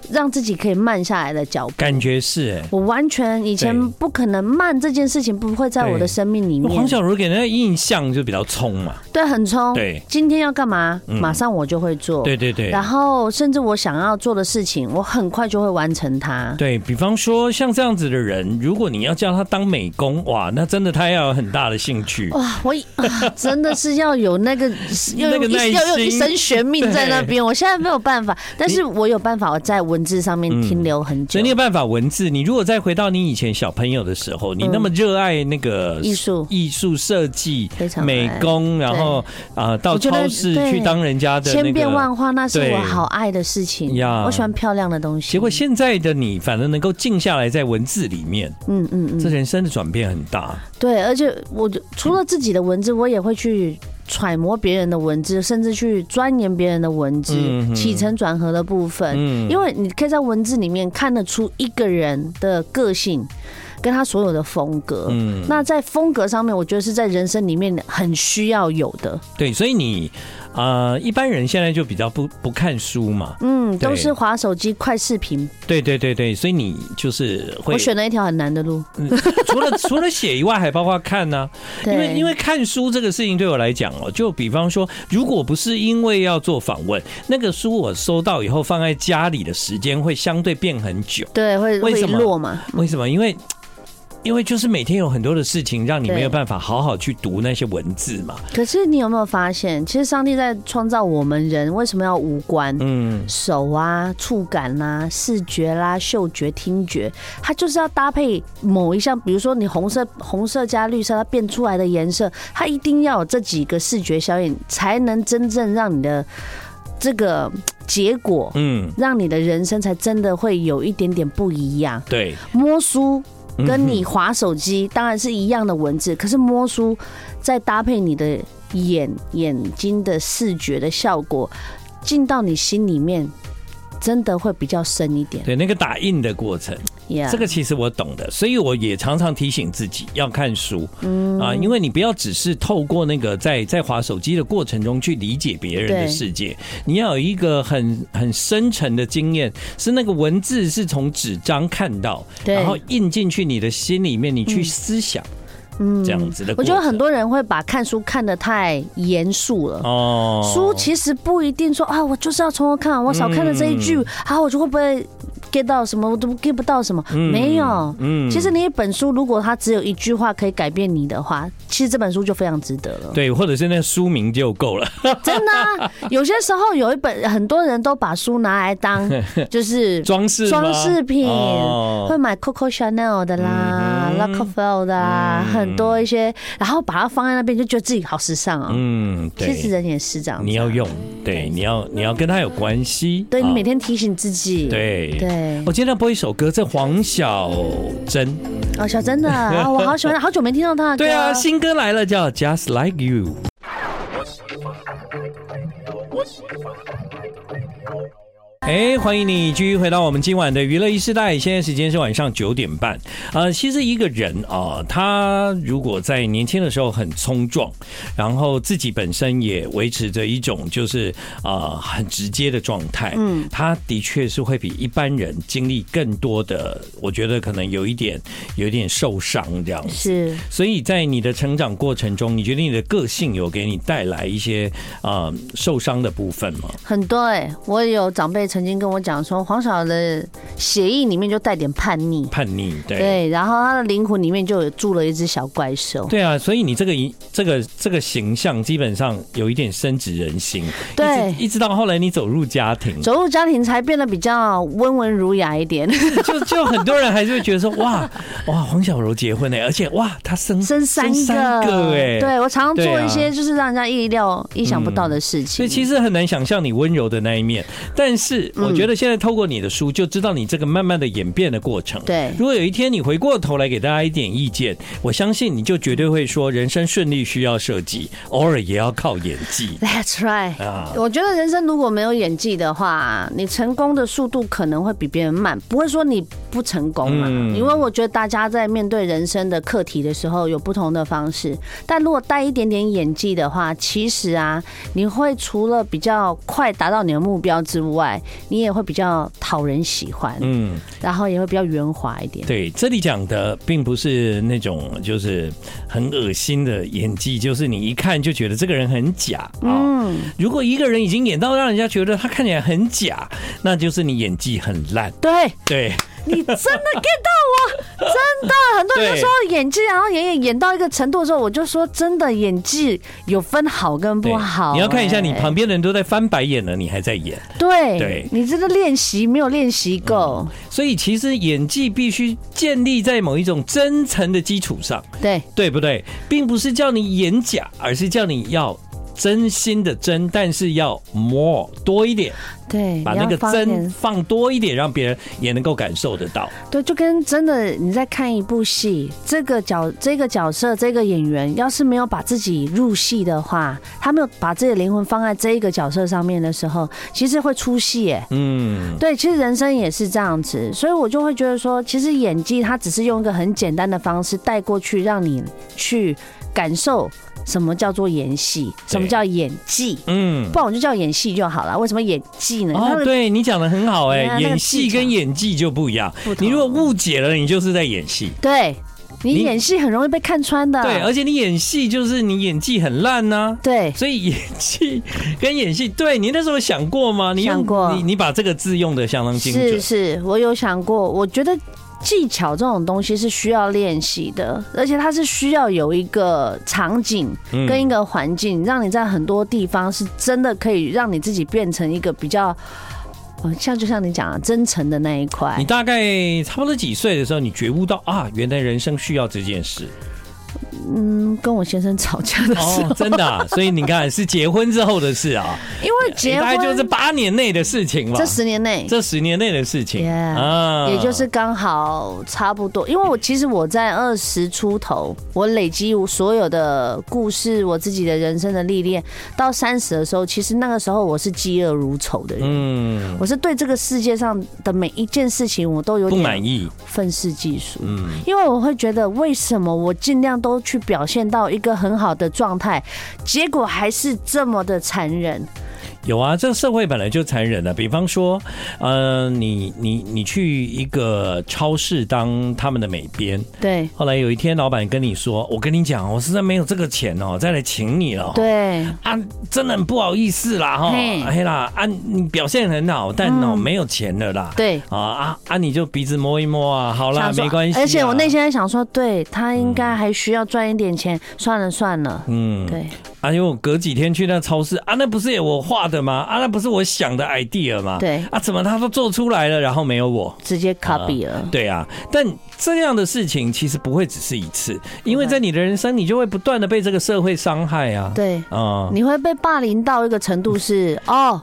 [SPEAKER 2] 让自己可以慢下来的脚步。
[SPEAKER 1] 感觉是哎、
[SPEAKER 2] 我完全以前
[SPEAKER 1] 对
[SPEAKER 2] 不可能慢这件事情不会在我的生命里
[SPEAKER 1] 因为黄
[SPEAKER 2] 面，
[SPEAKER 1] 小茹给人家印象就比较冲嘛，
[SPEAKER 2] 对，很冲。
[SPEAKER 1] 对
[SPEAKER 2] 今天要干嘛，
[SPEAKER 1] 嗯
[SPEAKER 2] 马上我就会做。
[SPEAKER 1] 对对对，
[SPEAKER 2] 哦然后甚至我想要做的事情，我很快就会完成它。
[SPEAKER 1] 对比方说像这样子的人，如果你要叫他当美工，哇，那真的他要有很大的兴趣。
[SPEAKER 2] 哇，我以、 啊、真的是要有那个，要
[SPEAKER 1] 那
[SPEAKER 2] 有
[SPEAKER 1] 个耐
[SPEAKER 2] 一要有一
[SPEAKER 1] 心
[SPEAKER 2] 身悬命在那边。我现在没有办法，但是我有办法，我在文字上面
[SPEAKER 1] 嗯
[SPEAKER 2] 停留很久
[SPEAKER 1] 所以。你有办法文字，你如果再回到你以前小朋友的时候，你那么热爱那个
[SPEAKER 2] 嗯艺术
[SPEAKER 1] 艺术设计
[SPEAKER 2] 非、常
[SPEAKER 1] 美工，然后啊、呃到
[SPEAKER 2] 我觉得
[SPEAKER 1] 超市
[SPEAKER 2] 对
[SPEAKER 1] 去当人家的那个，
[SPEAKER 2] 千变万化，那是
[SPEAKER 1] 对
[SPEAKER 2] 我好爱的事情
[SPEAKER 1] 呀。
[SPEAKER 2] 我喜欢漂亮的东西。
[SPEAKER 1] 结果现在的你，反而能够静下来在文字里面，
[SPEAKER 2] 嗯嗯
[SPEAKER 1] 这
[SPEAKER 2] 嗯，
[SPEAKER 1] 人生的转变很大。
[SPEAKER 2] 对，而且我就除了自己的文字，我也会去揣摩别人的文字，甚至去钻研别人的文字
[SPEAKER 1] 嗯哼
[SPEAKER 2] 起承转合的部分，
[SPEAKER 1] 嗯，
[SPEAKER 2] 因为你可以在文字里面看得出一个人的个性，跟他所有的风格。
[SPEAKER 1] 嗯
[SPEAKER 2] 那在风格上面，我觉得是在人生里面很需要有的。
[SPEAKER 1] 对，所以你呃，一般人现在就比较不不看书嘛，
[SPEAKER 2] 嗯，
[SPEAKER 1] 对
[SPEAKER 2] 都是滑手机、快视频。
[SPEAKER 1] 对对对对，所以你就是会
[SPEAKER 2] 我选了一条很难的路，
[SPEAKER 1] 除了除了写以外，还包括看啊呢、因为
[SPEAKER 2] 对，
[SPEAKER 1] 因为看书这个事情对我来讲哦，就比方说，如果不是因为要做访问，那个书我收到以后放在家里的时间会相对变很久。
[SPEAKER 2] 对会
[SPEAKER 1] 为
[SPEAKER 2] 会
[SPEAKER 1] 什么
[SPEAKER 2] 落嘛，
[SPEAKER 1] 为什么？因为因为就是每天有很多的事情让你
[SPEAKER 2] 对
[SPEAKER 1] 没有办法好好去读那些文字嘛。
[SPEAKER 2] 可是你有没有发现，其实上帝在创造我们人，为什么要无关？
[SPEAKER 1] 嗯，
[SPEAKER 2] 手啊、触感啦、视觉啦、嗅觉、听觉，它就是要搭配某一项，比如说你红色、红色加绿色，它变出来的颜色，它一定要有这几个视觉效应，才能真正让你的这个嗯结果，
[SPEAKER 1] 嗯，
[SPEAKER 2] 让你的人生才真的会有一点点不一样。
[SPEAKER 1] 对，
[SPEAKER 2] 摸书
[SPEAKER 1] 嗯
[SPEAKER 2] 跟你划手机当然是一样的文字，可是摸书再搭配你的眼眼睛的视觉的效果，进到你心里面，真的会比较深一点。
[SPEAKER 1] 对那个打印的过程。
[SPEAKER 2] Yeah,
[SPEAKER 1] 这个其实我懂的，所以我也常常提醒自己要看书，
[SPEAKER 2] 嗯
[SPEAKER 1] 啊，因为你不要只是透过那个在在划手机的过程中去理解别人的
[SPEAKER 2] 对
[SPEAKER 1] 世界，你要有一个很很深沉的经验，是那个文字是从纸张看到，
[SPEAKER 2] 对
[SPEAKER 1] 然后印进去你的心里面，你去思想，嗯，这样子的
[SPEAKER 2] 我
[SPEAKER 1] 过程。
[SPEAKER 2] 觉得很多人会把看书看得太严肃了。
[SPEAKER 1] 哦，
[SPEAKER 2] 书其实不一定说啊，我就是要从头看，我少看了这一句，
[SPEAKER 1] 嗯
[SPEAKER 2] 啊，我就会不会 get 到什么，我都 get 不到什么，没有。
[SPEAKER 1] 嗯
[SPEAKER 2] 其实你一本书，如果它只有一句话可以改变你的话，其实这本书就非常值得了。
[SPEAKER 1] 对，或者是那个书名就够了，
[SPEAKER 2] 真的啊、有些时候有一本，很多人都把书拿 来当就是
[SPEAKER 1] 装饰吗
[SPEAKER 2] 装饰品，
[SPEAKER 1] 哦
[SPEAKER 2] 会买 Coco Chanel 的啦、
[SPEAKER 1] 嗯
[SPEAKER 2] l
[SPEAKER 1] 哼嗯
[SPEAKER 2] o c k f e l l 的啦，很多一些，然后把它放在那边，就觉得自己好时尚啊、
[SPEAKER 1] 嗯，
[SPEAKER 2] 其实
[SPEAKER 1] 对，
[SPEAKER 2] 人也是这样子啊，
[SPEAKER 1] 你要用，对，你要你要跟他有关系，
[SPEAKER 2] 对你
[SPEAKER 1] 啊
[SPEAKER 2] 每天提醒自己，
[SPEAKER 1] 对
[SPEAKER 2] 对
[SPEAKER 1] 我，今天要播一首歌，这黄小珍。
[SPEAKER 2] 哦，小 真的啊，我好喜欢，好久没听到他的歌，
[SPEAKER 1] 对啊，新歌来了，叫《Just Like You》。哎，欢迎你继续回到我们今晚的娱乐一时代，现在时间是晚上九点半。呃，其实一个人啊、他如果在年轻的时候很冲撞，然后自己本身也维持着一种就是啊、很直接的状态，嗯，他的确是会比一般人经历更多的，我觉得可能有一点有一点受伤这样子。
[SPEAKER 2] 是
[SPEAKER 1] 所以在你的成长过程中，你觉得你的个性有给你带来一些啊、呃受伤的部分吗？
[SPEAKER 2] 很多哎、我有长辈曾经跟我讲说，黄晓的协议里面就带点叛逆，
[SPEAKER 1] 叛逆，对。
[SPEAKER 2] 对，然后他的灵魂里面就有住了一只小怪兽。
[SPEAKER 1] 对啊，所以你这个一这个这个形象基本上有一点深植人心，
[SPEAKER 2] 对
[SPEAKER 1] 一直一直到后来你走入家庭，
[SPEAKER 2] 走入家庭才变得比较温文儒雅一点，
[SPEAKER 1] 就就很多人还是会觉得说，哇哇，黄小柔结婚欸呢、而且哇，她生
[SPEAKER 2] 生三个，
[SPEAKER 1] 三个哎、
[SPEAKER 2] 对我常常
[SPEAKER 1] 对
[SPEAKER 2] 做
[SPEAKER 1] 啊嗯
[SPEAKER 2] 一些就是让人家意料、意想不到的事
[SPEAKER 1] 所
[SPEAKER 2] 情。
[SPEAKER 1] 以其实很难想象你温柔的那一面，但是
[SPEAKER 2] 嗯
[SPEAKER 1] 我觉得现在透过你的书，就知道你这个慢慢的演变的过程。
[SPEAKER 2] 对
[SPEAKER 1] 如果有一天你回过头来给大家一点意见，我相信你就绝对会说，人生顺利需要设计，偶尔也要靠演技
[SPEAKER 2] That's right。
[SPEAKER 1] 啊。
[SPEAKER 2] 我觉得人生如果没有演技的话，你成功的速度可能会比别人慢，不会说你不成功嘛。
[SPEAKER 1] 嗯
[SPEAKER 2] 因为我觉得大家在面对人生的课题的时候有不同的方式，但如果带一点点演技的话，其实啊，你会除了比较快达到你的目标之外，你也会比较讨人喜欢，
[SPEAKER 1] 嗯，
[SPEAKER 2] 然后也会比较圆滑一点。
[SPEAKER 1] 对，这里讲的并不是那种就是很恶心的演技，就是你一看就觉得这个人很假啊。
[SPEAKER 2] 嗯，
[SPEAKER 1] 如果一个人已经演到让人家觉得他看起来很假，那就是你演技很烂。
[SPEAKER 2] 对
[SPEAKER 1] 对，
[SPEAKER 2] 你真的 get 到我，啊真的很多人
[SPEAKER 1] 对
[SPEAKER 2] 就说演技，然后演演演到一个程度的时候，我就说真的演技有分好跟
[SPEAKER 1] 对
[SPEAKER 2] 不好、
[SPEAKER 1] 你要看一下
[SPEAKER 2] 哎
[SPEAKER 1] 你旁，边的人都在翻白眼了，你还在演。
[SPEAKER 2] 对，
[SPEAKER 1] 对嗯
[SPEAKER 2] 你这个练习没有练习够，
[SPEAKER 1] 所以其实演技必须建立在某一种真诚的基础上，
[SPEAKER 2] 对
[SPEAKER 1] 对不对？并不是叫你演假，而是叫你要。真心的真，但是要 more 多一点，
[SPEAKER 2] 对，
[SPEAKER 1] 把
[SPEAKER 2] 你嗯要
[SPEAKER 1] 那个
[SPEAKER 2] 放一
[SPEAKER 1] 真
[SPEAKER 2] 点
[SPEAKER 1] 放多一点，让别人也能够感受得到。
[SPEAKER 2] 对，就跟真的你在看一部戏，这个角这个角色这个演员，要是没有把自己入戏的话，他没有把自己的灵魂放在这一个角色上面的时候，其实会出戏耶。
[SPEAKER 1] 嗯，
[SPEAKER 2] 对，其实人生也是这样子，所以我就会觉得说，其实演技它只是用一个很简单的方式带过去，让你去感受什么叫做演戏，什么叫演技，
[SPEAKER 1] 嗯，
[SPEAKER 2] 不然我就叫演戏就好了。为什么演技呢？哎他
[SPEAKER 1] 哦，
[SPEAKER 2] 们
[SPEAKER 1] 对你讲的很好哎、
[SPEAKER 2] 对啊那个
[SPEAKER 1] 演戏
[SPEAKER 2] 技巧
[SPEAKER 1] 跟演技就不一样
[SPEAKER 2] 不。同
[SPEAKER 1] 你如果误解了，你就是在演戏。
[SPEAKER 2] 对你
[SPEAKER 1] 你
[SPEAKER 2] 演戏很容易被看穿的。
[SPEAKER 1] 对，而且你演戏就是你演技很烂啊呐、
[SPEAKER 2] 对
[SPEAKER 1] 所以演技跟演戏，对你那时候想过吗？你用
[SPEAKER 2] 想过
[SPEAKER 1] 你你把这个字用的相当精准
[SPEAKER 2] 是。是，我有想过，我觉得技巧这种东西是需要练习的，而且它是需要有一个场景
[SPEAKER 1] 嗯
[SPEAKER 2] 跟一个环境，让你在很多地方是真的可以让你自己变成一个比较，呃像就像你讲的真诚的那一块
[SPEAKER 1] 你。大概差不多几岁的时候，你觉悟到啊，原来人生需要这件事
[SPEAKER 2] 嗯，跟我先生吵架的时候，
[SPEAKER 1] 哦， 真的啊、所以你看，是结婚之后的事啊，
[SPEAKER 2] 因为结
[SPEAKER 1] 大概就是
[SPEAKER 2] 婚
[SPEAKER 1] 八年内的事情吧，
[SPEAKER 2] 这十年内，
[SPEAKER 1] 这十年内的事情
[SPEAKER 2] Yeah，
[SPEAKER 1] 啊
[SPEAKER 2] 也就是刚好差不多，因为我其实我在二十出头，我累积我所有的故事，我自己的人生的历练，到三十的时候，其实那个时候我是嫉恶如仇的人，
[SPEAKER 1] 嗯，
[SPEAKER 2] 我是对这个世界上的每一件事情我都有
[SPEAKER 1] 不满
[SPEAKER 2] 点
[SPEAKER 1] 意，
[SPEAKER 2] 愤世嫉俗，
[SPEAKER 1] 嗯，
[SPEAKER 2] 因为我会觉得为什么我尽量都去表现到一个很好的状态，结果还是这么的残忍，
[SPEAKER 1] 有啊，这社会本来就残忍的。比方说，呃，你你你去一个超市当他们的美编，
[SPEAKER 2] 对
[SPEAKER 1] 后来有一天老板跟你说：“我跟你讲，哦我实在没有这个钱哦，再来请你了。”。
[SPEAKER 2] 对
[SPEAKER 1] 啊，真的很不好意思啦哈，
[SPEAKER 2] 嘿嗯
[SPEAKER 1] 哎啦啊，你表现很好，但哦、没有钱了啦。
[SPEAKER 2] 对。
[SPEAKER 1] 啊啊啊！你就鼻子摸一摸啊，好啦
[SPEAKER 2] 想，说
[SPEAKER 1] 没关系啊、
[SPEAKER 2] 而且我内心在想说，对他应该还需要赚一点钱，算了算了，
[SPEAKER 1] 嗯，
[SPEAKER 2] 对
[SPEAKER 1] 哎呦，我隔几天去那超市啊，那不是也我画的吗？啊，那不是我想的 idea 吗？
[SPEAKER 2] 对
[SPEAKER 1] 啊，怎么他都做出来了，然后没有我？
[SPEAKER 2] 直接 copy 了。
[SPEAKER 1] 对啊，但这样的事情其实不会只是一次，因为在你的人生，你就会不断的被这个社会伤害啊。
[SPEAKER 2] 嗯对，
[SPEAKER 1] 啊、
[SPEAKER 2] 你会被霸凌到一个程度 是哦。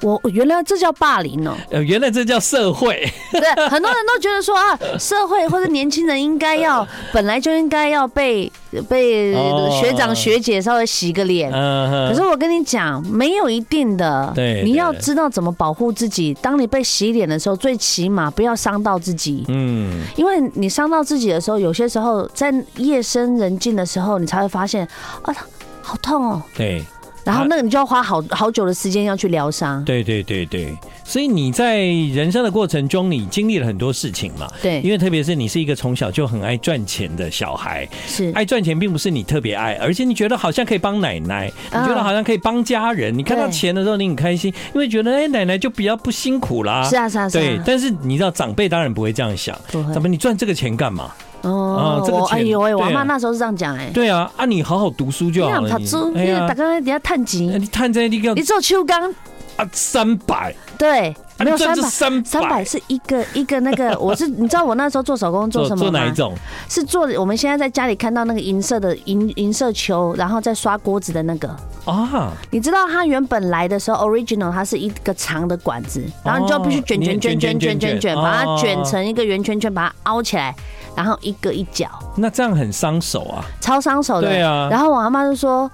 [SPEAKER 2] 我我原来这叫霸凌哦，
[SPEAKER 1] 呃，原来这叫社会，
[SPEAKER 2] 对，很多人都觉得说啊，社会或者年轻人应该要本来就应该要被被
[SPEAKER 1] 哦
[SPEAKER 2] 学长学姐稍微洗个脸，
[SPEAKER 1] 嗯、
[SPEAKER 2] 可是我跟你讲，没有一定的，
[SPEAKER 1] 对
[SPEAKER 2] 你要
[SPEAKER 1] 对
[SPEAKER 2] 知道怎么保护自己。当你被洗脸的时候，最起码不要伤到自己，
[SPEAKER 1] 嗯，
[SPEAKER 2] 因为你伤到自己的时候，有些时候在夜深人静的时候，你才会发现啊，好痛哦。
[SPEAKER 1] 对，
[SPEAKER 2] 然后那个你就要花好好久的时间要去疗伤。
[SPEAKER 1] 对对对对，所以你在人生的过程中，你经历了很多事情嘛。因
[SPEAKER 2] 对，
[SPEAKER 1] 为特别是你是一个从小就很爱赚钱的小孩，
[SPEAKER 2] 是，
[SPEAKER 1] 爱赚钱并不是你特别爱，而且你觉得好像可以帮奶奶，你
[SPEAKER 2] 啊
[SPEAKER 1] 觉得好像可以帮家人，你看到
[SPEAKER 2] 对
[SPEAKER 1] 钱的时候你很开心，因为觉得哎、奶奶就比较不辛苦啦。
[SPEAKER 2] 是啊，是啊，是
[SPEAKER 1] 对
[SPEAKER 2] 啊，。
[SPEAKER 1] 但是你知道长辈当然不会这样想，
[SPEAKER 2] 不会
[SPEAKER 1] 怎么你赚这个钱干嘛？
[SPEAKER 2] 哦
[SPEAKER 1] 啊这个
[SPEAKER 2] 我哎
[SPEAKER 1] 钱
[SPEAKER 2] 呦喂，我
[SPEAKER 1] 对啊
[SPEAKER 2] 阿妈那时候是这样讲哎，
[SPEAKER 1] 对啊，啊你好好读书就好
[SPEAKER 2] 你
[SPEAKER 1] 了。
[SPEAKER 2] 跑
[SPEAKER 1] 你
[SPEAKER 2] 猪，
[SPEAKER 1] 哎
[SPEAKER 2] 你
[SPEAKER 1] 呀
[SPEAKER 2] 打，刚底下探
[SPEAKER 1] 哎
[SPEAKER 2] 级，
[SPEAKER 1] 你探这一个
[SPEAKER 2] 你做秋钢，
[SPEAKER 1] 啊三百，
[SPEAKER 2] 对，
[SPEAKER 1] 啊
[SPEAKER 2] 没
[SPEAKER 1] 你
[SPEAKER 2] 有
[SPEAKER 1] 赚
[SPEAKER 2] 三
[SPEAKER 1] 这
[SPEAKER 2] 百。
[SPEAKER 1] 三
[SPEAKER 2] 三百是一个一个那个， 我是你知道我那时候做手工做
[SPEAKER 1] 做
[SPEAKER 2] 什
[SPEAKER 1] 做
[SPEAKER 2] 么
[SPEAKER 1] 哪一
[SPEAKER 2] 吗？
[SPEAKER 1] 种？
[SPEAKER 2] 是做我们现在在家里看到那个银色的银银色球，然后再刷锅子的那个。
[SPEAKER 1] 啊，
[SPEAKER 2] 你知道它原本来的时候，original 它是一个长的管子，然后你就必须卷
[SPEAKER 1] 你
[SPEAKER 2] 卷卷卷卷卷卷，
[SPEAKER 1] 哦
[SPEAKER 2] 把它卷成一个圆圈圈，把它凹起来，然后一个一角，
[SPEAKER 1] 那这样很伤手啊。
[SPEAKER 2] 超伤手的。
[SPEAKER 1] 对啊
[SPEAKER 2] 然后我阿妈就说。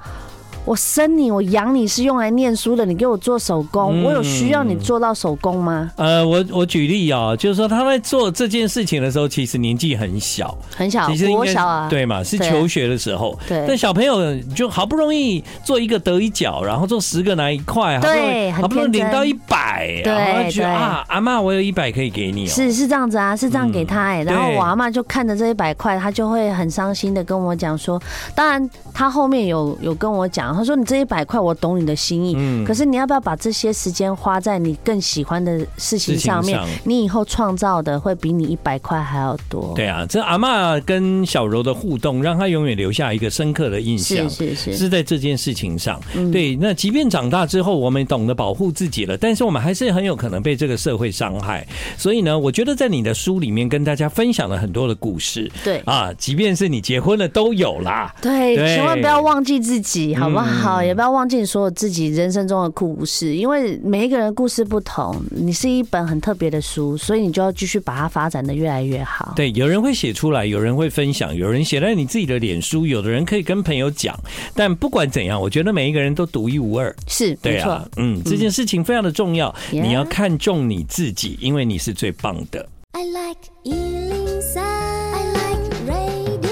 [SPEAKER 2] 我生你，我养你是用来念书的，你给我做手工，
[SPEAKER 1] 嗯
[SPEAKER 2] 我有需要你做到手工吗？
[SPEAKER 1] 呃，我我举例啊、就是说他在做这件事情的时候，其实年纪很小，
[SPEAKER 2] 很小
[SPEAKER 1] 其实，应
[SPEAKER 2] 我
[SPEAKER 1] 该
[SPEAKER 2] 小啊，
[SPEAKER 1] 对嘛，是
[SPEAKER 2] 对
[SPEAKER 1] 求学的时候。
[SPEAKER 2] 对
[SPEAKER 1] 但小朋友就好不容易做一个得一角，然后做十个拿一块，好不容易
[SPEAKER 2] 对很
[SPEAKER 1] 好不容易
[SPEAKER 2] 天
[SPEAKER 1] 领
[SPEAKER 2] 真
[SPEAKER 1] 到一百，
[SPEAKER 2] 对
[SPEAKER 1] 然后就觉得
[SPEAKER 2] 对
[SPEAKER 1] 啊，阿妈，我有一百可以给你哦。
[SPEAKER 2] 是是这样子啊，是这样给他哎、然
[SPEAKER 1] 嗯
[SPEAKER 2] 后
[SPEAKER 1] 对
[SPEAKER 2] 我阿妈就看着这一百块，她就会很伤心的跟我讲说，当然她后面有有跟我讲，她说你这一百块我懂你的心意，
[SPEAKER 1] 嗯
[SPEAKER 2] 可是你要不要把这些时间花在你更喜欢的事情上面？
[SPEAKER 1] 事情上
[SPEAKER 2] 你以后创造的会比你一百块还要多。
[SPEAKER 1] 对啊，这阿妈跟小柔的互动，让她永远留下一个深刻的印象
[SPEAKER 2] 是。是是，
[SPEAKER 1] 是在这件事情上，
[SPEAKER 2] 嗯
[SPEAKER 1] 对。那即便长大之后，我们懂得保护自己了，但是我们还是很有可能被这个社会伤害。所以呢，我觉得在你的书里面跟大家分享了很多的故事
[SPEAKER 2] 对
[SPEAKER 1] 啊，即便是你结婚了都有啦。
[SPEAKER 2] 对，
[SPEAKER 1] 对嗯
[SPEAKER 2] 千万不要忘记自己，好不好？也不要忘记你所有自己人生中的故事，因为每一个人的故事不同，你是一本很特别的书，所以你就要继续把它发展的越来越好。
[SPEAKER 1] 对，有人会写出来，有人会分享，有人写在你自己的脸书，有的人可以跟朋友讲。但不管怎样，我觉得每一个人都独一无二。
[SPEAKER 2] 是，
[SPEAKER 1] 对
[SPEAKER 2] 没错。
[SPEAKER 1] 啊，嗯，这件事情非常的重要，
[SPEAKER 2] Yeah
[SPEAKER 1] 你要看重你自己，因为你是最棒的。
[SPEAKER 3] I like Ealing Sound. I like radio.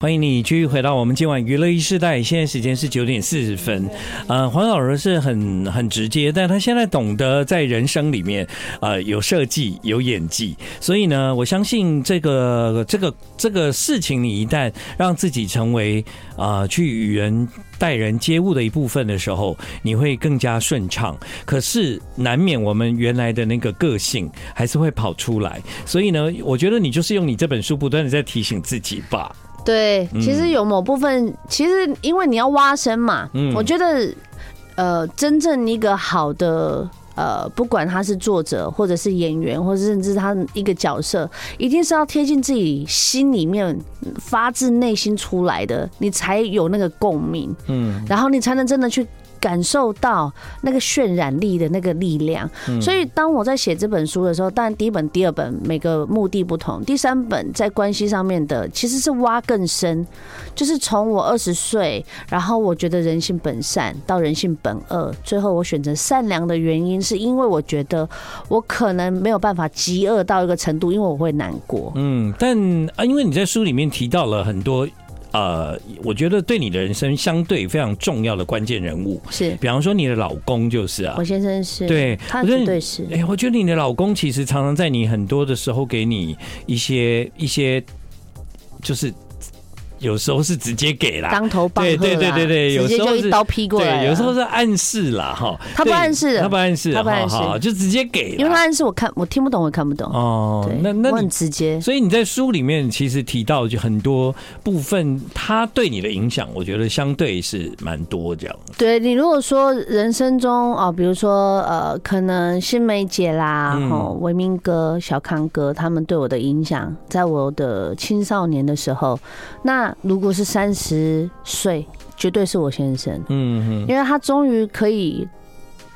[SPEAKER 1] 欢迎你继续回到我们今晚娱乐一世代，现在时间是九点四十分。呃，黄老师是很很直接，但他现在懂得在人生里面，呃，有设计，有演技，所以呢，我相信这个这个这个事情，你一旦让自己成为啊、呃去与人待人接物的一部分的时候，你会更加顺畅。可是难免我们原来的那个个性还是会跑出来，所以呢，我觉得你就是用你这本书不断的在提醒自己吧。
[SPEAKER 2] 对，其实有某部分，其实因为你要挖深嘛，我觉得，呃，真正一个好的。呃，不管他是作者，或者是演员，或者甚至他一个角色，一定是要贴近自己心里面，发自内心出来的，你才有那个共鸣，嗯，然后你才能真的去感受到那个渲染力的那个力量。
[SPEAKER 1] 嗯
[SPEAKER 2] 所以，当我在写这本书的时候，当然第一本、第二本每个目的不同，第三本在关系上面的其实是挖更深，就是从我二十岁，然后我觉得人性本善到人性本恶，最后我选择善良的原因，是因为我觉得我可能没有办法极恶到一个程度，因为我会难过。
[SPEAKER 1] 嗯，但啊，因为你在书里面提到了很多，呃，我觉得对你的人生相对非常重要的关键人物，
[SPEAKER 2] 是
[SPEAKER 1] 比方说你的老公就是啊
[SPEAKER 2] 我，先生是，
[SPEAKER 1] 嗯对
[SPEAKER 2] 他
[SPEAKER 1] 我觉得你
[SPEAKER 2] 绝 对是。
[SPEAKER 1] 哎、我觉得你的老公其实常常在你很多的时候给你一些一些，就是有时候是直接给啦，
[SPEAKER 2] 当头棒喝啦，
[SPEAKER 1] 对对对对对有
[SPEAKER 2] 直接
[SPEAKER 1] 时候
[SPEAKER 2] 就是一刀劈过来了。
[SPEAKER 1] 对，有时候是暗示啦哈，
[SPEAKER 2] 他不
[SPEAKER 1] 对
[SPEAKER 2] 暗示
[SPEAKER 1] 他不暗示，
[SPEAKER 2] 他不暗示
[SPEAKER 1] 哈哈就直接给啦，
[SPEAKER 2] 因为他暗示我看我听不懂，我也看不懂。
[SPEAKER 1] 哦
[SPEAKER 2] 对，，
[SPEAKER 1] 那
[SPEAKER 2] 我
[SPEAKER 1] 那
[SPEAKER 2] 很
[SPEAKER 1] 你。
[SPEAKER 2] 直接。
[SPEAKER 1] 所以你在书里面其实提到就很多部分，他对你的影响，我觉得相对是蛮多这样。
[SPEAKER 2] 对你如果说人生中啊、哦比如说呃，可能新梅姐啦、
[SPEAKER 1] 嗯
[SPEAKER 2] 吼、维明哥、小康哥他们对我的影响，在我的青少年的时候，那如果是三十岁，绝对是我先生，
[SPEAKER 1] 嗯
[SPEAKER 2] 因为他终于可以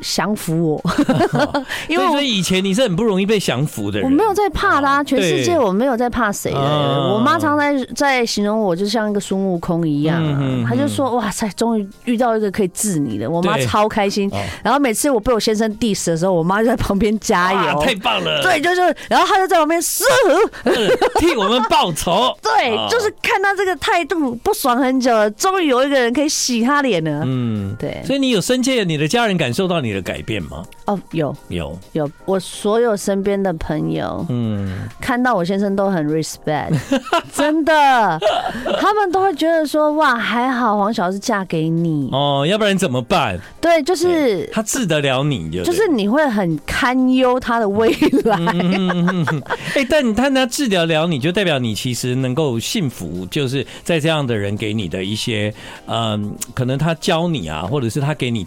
[SPEAKER 2] 降服 我，
[SPEAKER 1] 哼，
[SPEAKER 2] 因为
[SPEAKER 1] 所
[SPEAKER 2] 我
[SPEAKER 1] 以以前你是很不容易被降服的人。
[SPEAKER 2] 我没有在怕啦、
[SPEAKER 1] 哦
[SPEAKER 2] 全世界
[SPEAKER 1] 对
[SPEAKER 2] 我没有在怕谁的。欸
[SPEAKER 1] 嗯
[SPEAKER 2] 我妈常在在形容我，就像一个孙悟空一样、啊，
[SPEAKER 1] 嗯嗯嗯
[SPEAKER 2] 她就说：“哇塞，终于遇到一个可以治你的。”我妈
[SPEAKER 1] 对
[SPEAKER 2] 超开心。
[SPEAKER 1] 哦
[SPEAKER 2] 然后每次我被我先生 diss 的时候，我妈就在旁边加
[SPEAKER 1] 哇
[SPEAKER 2] 油。
[SPEAKER 1] 啊太棒了，
[SPEAKER 2] 对，就是，然后她就在旁边嘶，。
[SPEAKER 1] 嗯， 替我们报仇
[SPEAKER 2] 对，
[SPEAKER 1] 哦
[SPEAKER 2] 就是看她这个态度不爽很久了，终于有一个人可以洗她脸了。
[SPEAKER 1] 嗯，
[SPEAKER 2] 对，
[SPEAKER 1] 所以你有深切你的家人感受到你的改变吗？
[SPEAKER 2] 哦，有
[SPEAKER 1] 有，
[SPEAKER 2] 有，我所有身边的朋友，
[SPEAKER 1] 嗯，
[SPEAKER 2] 看到我先生都很 respect，真的，他们都会觉得说哇，还好黄小是嫁给你，
[SPEAKER 1] 哦，要不然怎么办？
[SPEAKER 2] 对，就是
[SPEAKER 1] 他治得了你就对嗯
[SPEAKER 2] 就是你会很堪忧他的未来，
[SPEAKER 1] 哎、但但他治疗了你，就代表你其实能够幸福，就是在这样的人给你的一些，嗯，可能他教你啊，或者是他给你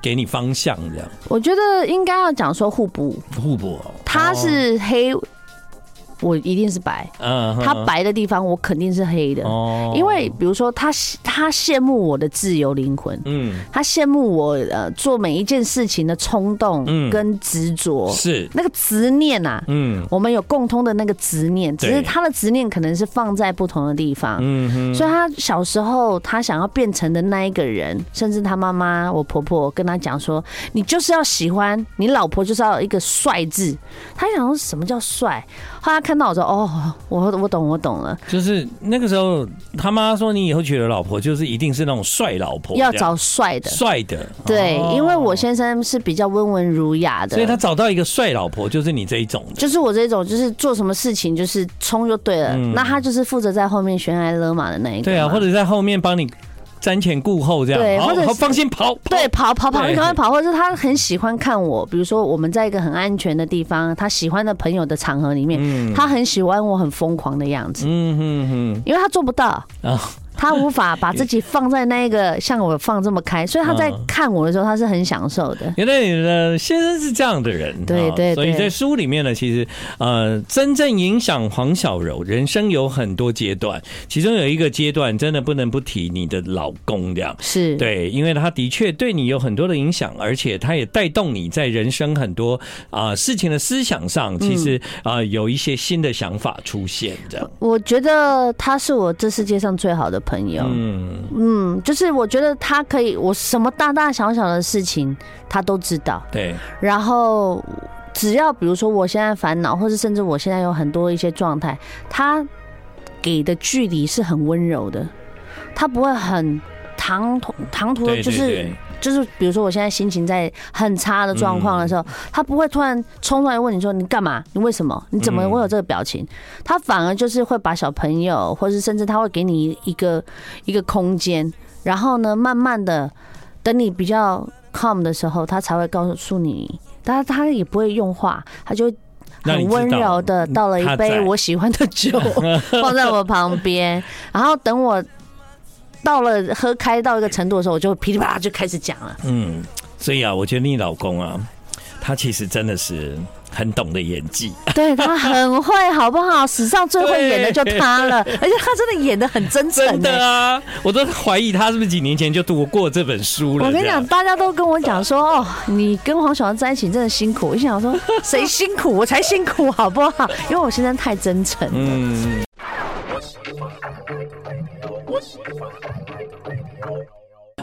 [SPEAKER 1] 给你方向这样
[SPEAKER 2] 我觉得应该要讲说互补，
[SPEAKER 1] 互补哦。
[SPEAKER 2] 他是黑，我一定是白，
[SPEAKER 1] 嗯
[SPEAKER 2] 他白的地方我肯定是黑的，
[SPEAKER 1] 哦
[SPEAKER 2] 因为比如说他他羡慕我的自由灵魂。
[SPEAKER 1] 嗯
[SPEAKER 2] 他羡慕我呃做每一件事情的冲动
[SPEAKER 1] 嗯
[SPEAKER 2] 跟执着，
[SPEAKER 1] 是
[SPEAKER 2] 那个执念啊，
[SPEAKER 1] 嗯
[SPEAKER 2] 我们有共通的那个执念，只
[SPEAKER 1] 对
[SPEAKER 2] 是他的执念可能是放在不同的地方。
[SPEAKER 1] 嗯哼
[SPEAKER 2] 所以他小时候，他想要变成的那一个人，甚至他妈妈、我婆婆跟他讲说：“你就是要喜欢你老婆，就是要有一个帅字。”他想说什么叫帅？后来他看到我说：“哦，我我懂，我懂了，
[SPEAKER 1] 就是那个时候他妈说你以后娶了老婆就是一定是那种帅老婆这
[SPEAKER 2] 要
[SPEAKER 1] 样，
[SPEAKER 2] 找帅的。
[SPEAKER 1] 帅的”
[SPEAKER 2] 对，
[SPEAKER 1] 哦
[SPEAKER 2] 因为我先生是比较温文儒雅的，
[SPEAKER 1] 所以他找到一个帅老婆就是你这一种的，
[SPEAKER 2] 就是我这种，就是做什么事情就是冲就对了。那他就是负责在后面悬崖勒马的那一
[SPEAKER 1] 嗯
[SPEAKER 2] 个嘛。
[SPEAKER 1] 对啊，或者在后面帮你瞻前顾后这样，
[SPEAKER 2] 对
[SPEAKER 1] 好
[SPEAKER 2] 或者
[SPEAKER 1] 好
[SPEAKER 2] 是
[SPEAKER 1] 放心跑，跑
[SPEAKER 2] 对，跑跑跑，
[SPEAKER 1] 哦对
[SPEAKER 2] 你赶快跑，或者是他很喜欢看我，比如说我们在一个很安全的地方，他喜欢的朋友的场合里面，他很喜欢我很疯狂的样子，
[SPEAKER 1] 嗯哼哼。
[SPEAKER 2] 因为他做不到，
[SPEAKER 1] 啊，
[SPEAKER 2] 他无法把自己放在那个像我放这么开，所以他在
[SPEAKER 1] 嗯
[SPEAKER 2] 看我的时候，他是很享受的。
[SPEAKER 1] 原来你的先生是这样的人，
[SPEAKER 2] 对
[SPEAKER 1] 啊
[SPEAKER 2] 对
[SPEAKER 1] 所以
[SPEAKER 2] 对
[SPEAKER 1] 在书里面呢，其实呃，真正影响黄小柔人生有很多阶段，其中有一个阶段真的不能不提你的老公这样。
[SPEAKER 2] 是，
[SPEAKER 1] 对，因为他的确对你有很多的影响，而且他也带动你在人生很多啊、事情的思想上，其实啊、有一些新的想法出现，这样。
[SPEAKER 2] 我觉得他是我这世界上最好的朋友。
[SPEAKER 1] 嗯
[SPEAKER 2] 嗯，就是我觉得他可以，我什么大大小小的事情他都知道。
[SPEAKER 1] 对，
[SPEAKER 2] 然后只要比如说我现在烦恼，或是甚至我现在有很多一些状态，他给的距离是很温柔的，他不会很唐突唐突的，
[SPEAKER 1] 对
[SPEAKER 2] 就
[SPEAKER 1] 对
[SPEAKER 2] 是
[SPEAKER 1] 对，
[SPEAKER 2] 就是比如说我现在心情在很差的状况的时候，他不会突然冲出来问你说你干嘛？你为什么？你怎么会有这个表情？他反而就是会把小朋友，或是甚至他会给你一个一个空间，然后呢，慢慢的等你比较 calm 的时候，他才会告诉你。但他他也不会用话，他就
[SPEAKER 1] 让你
[SPEAKER 2] 很
[SPEAKER 1] 知道嗯
[SPEAKER 2] 温柔的倒了一
[SPEAKER 1] 他在
[SPEAKER 2] 杯我喜欢的 酒，放在我旁边，然后等我到了喝开到一个程度的时候，我就噼里啪啦就开始讲了。
[SPEAKER 1] 嗯，所以啊，我觉得你老公啊，他其实真的是很懂得演技。
[SPEAKER 2] 对他很会，好不好？史上最会演的就他了，而且他真的演的很真诚、欸。
[SPEAKER 1] 真的啊，我都怀疑他是不是几年前就读过这本书了。
[SPEAKER 2] 我跟你
[SPEAKER 1] 这样
[SPEAKER 2] 讲，，大家都跟我讲说，哦，你跟黄小安在一起真的辛苦。我心想说，谁辛苦？我才辛苦，好不好？因为我现在太真诚。
[SPEAKER 1] 嗯，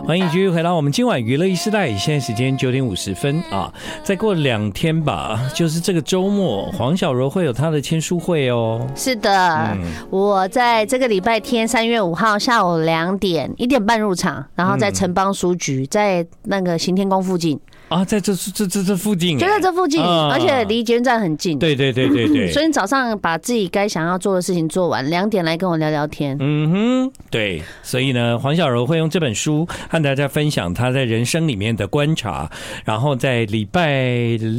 [SPEAKER 1] 欢迎继续回到我们今晚娱乐一时代，现在时间九点五十分啊，再过两天吧，就是这个周末，黄小柔会有她的签书会哦。
[SPEAKER 2] 是的，我在这个礼拜天三月五号下午两点一点半入场，然后在
[SPEAKER 1] 嗯
[SPEAKER 2] 城邦书局，在那个行天宫附近，
[SPEAKER 1] 啊，在这这这这附近，
[SPEAKER 2] 就在这附近，
[SPEAKER 1] 啊
[SPEAKER 2] 而且离捷运站很近。
[SPEAKER 1] 对对对对对，
[SPEAKER 2] 所以你早上把自己该想要做的事情做完，两点来跟我聊聊天。
[SPEAKER 1] 嗯哼，对，所以呢，黄小柔会用这本书和大家分享她在人生里面的观察，然后在礼拜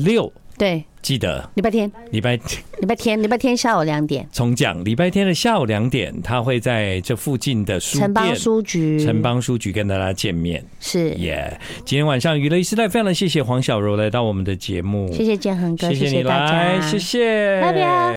[SPEAKER 1] 六
[SPEAKER 2] 对，
[SPEAKER 1] 记得
[SPEAKER 2] 礼拜天，
[SPEAKER 1] 礼拜，
[SPEAKER 2] 礼拜天，礼拜天下午两点
[SPEAKER 1] 重讲，礼拜天的下午两点，她会在这附近的书
[SPEAKER 2] 城邦
[SPEAKER 1] 店。
[SPEAKER 2] 书局，
[SPEAKER 1] 城邦书局跟大家见面，
[SPEAKER 2] 是。
[SPEAKER 1] 耶、今天晚上娱乐一时代非常地谢谢黄小柔来到我们的节目，
[SPEAKER 2] 谢谢建恒哥，
[SPEAKER 1] 谢谢你
[SPEAKER 2] 大
[SPEAKER 1] 来，
[SPEAKER 2] 家，
[SPEAKER 1] 谢谢，
[SPEAKER 2] 拜拜。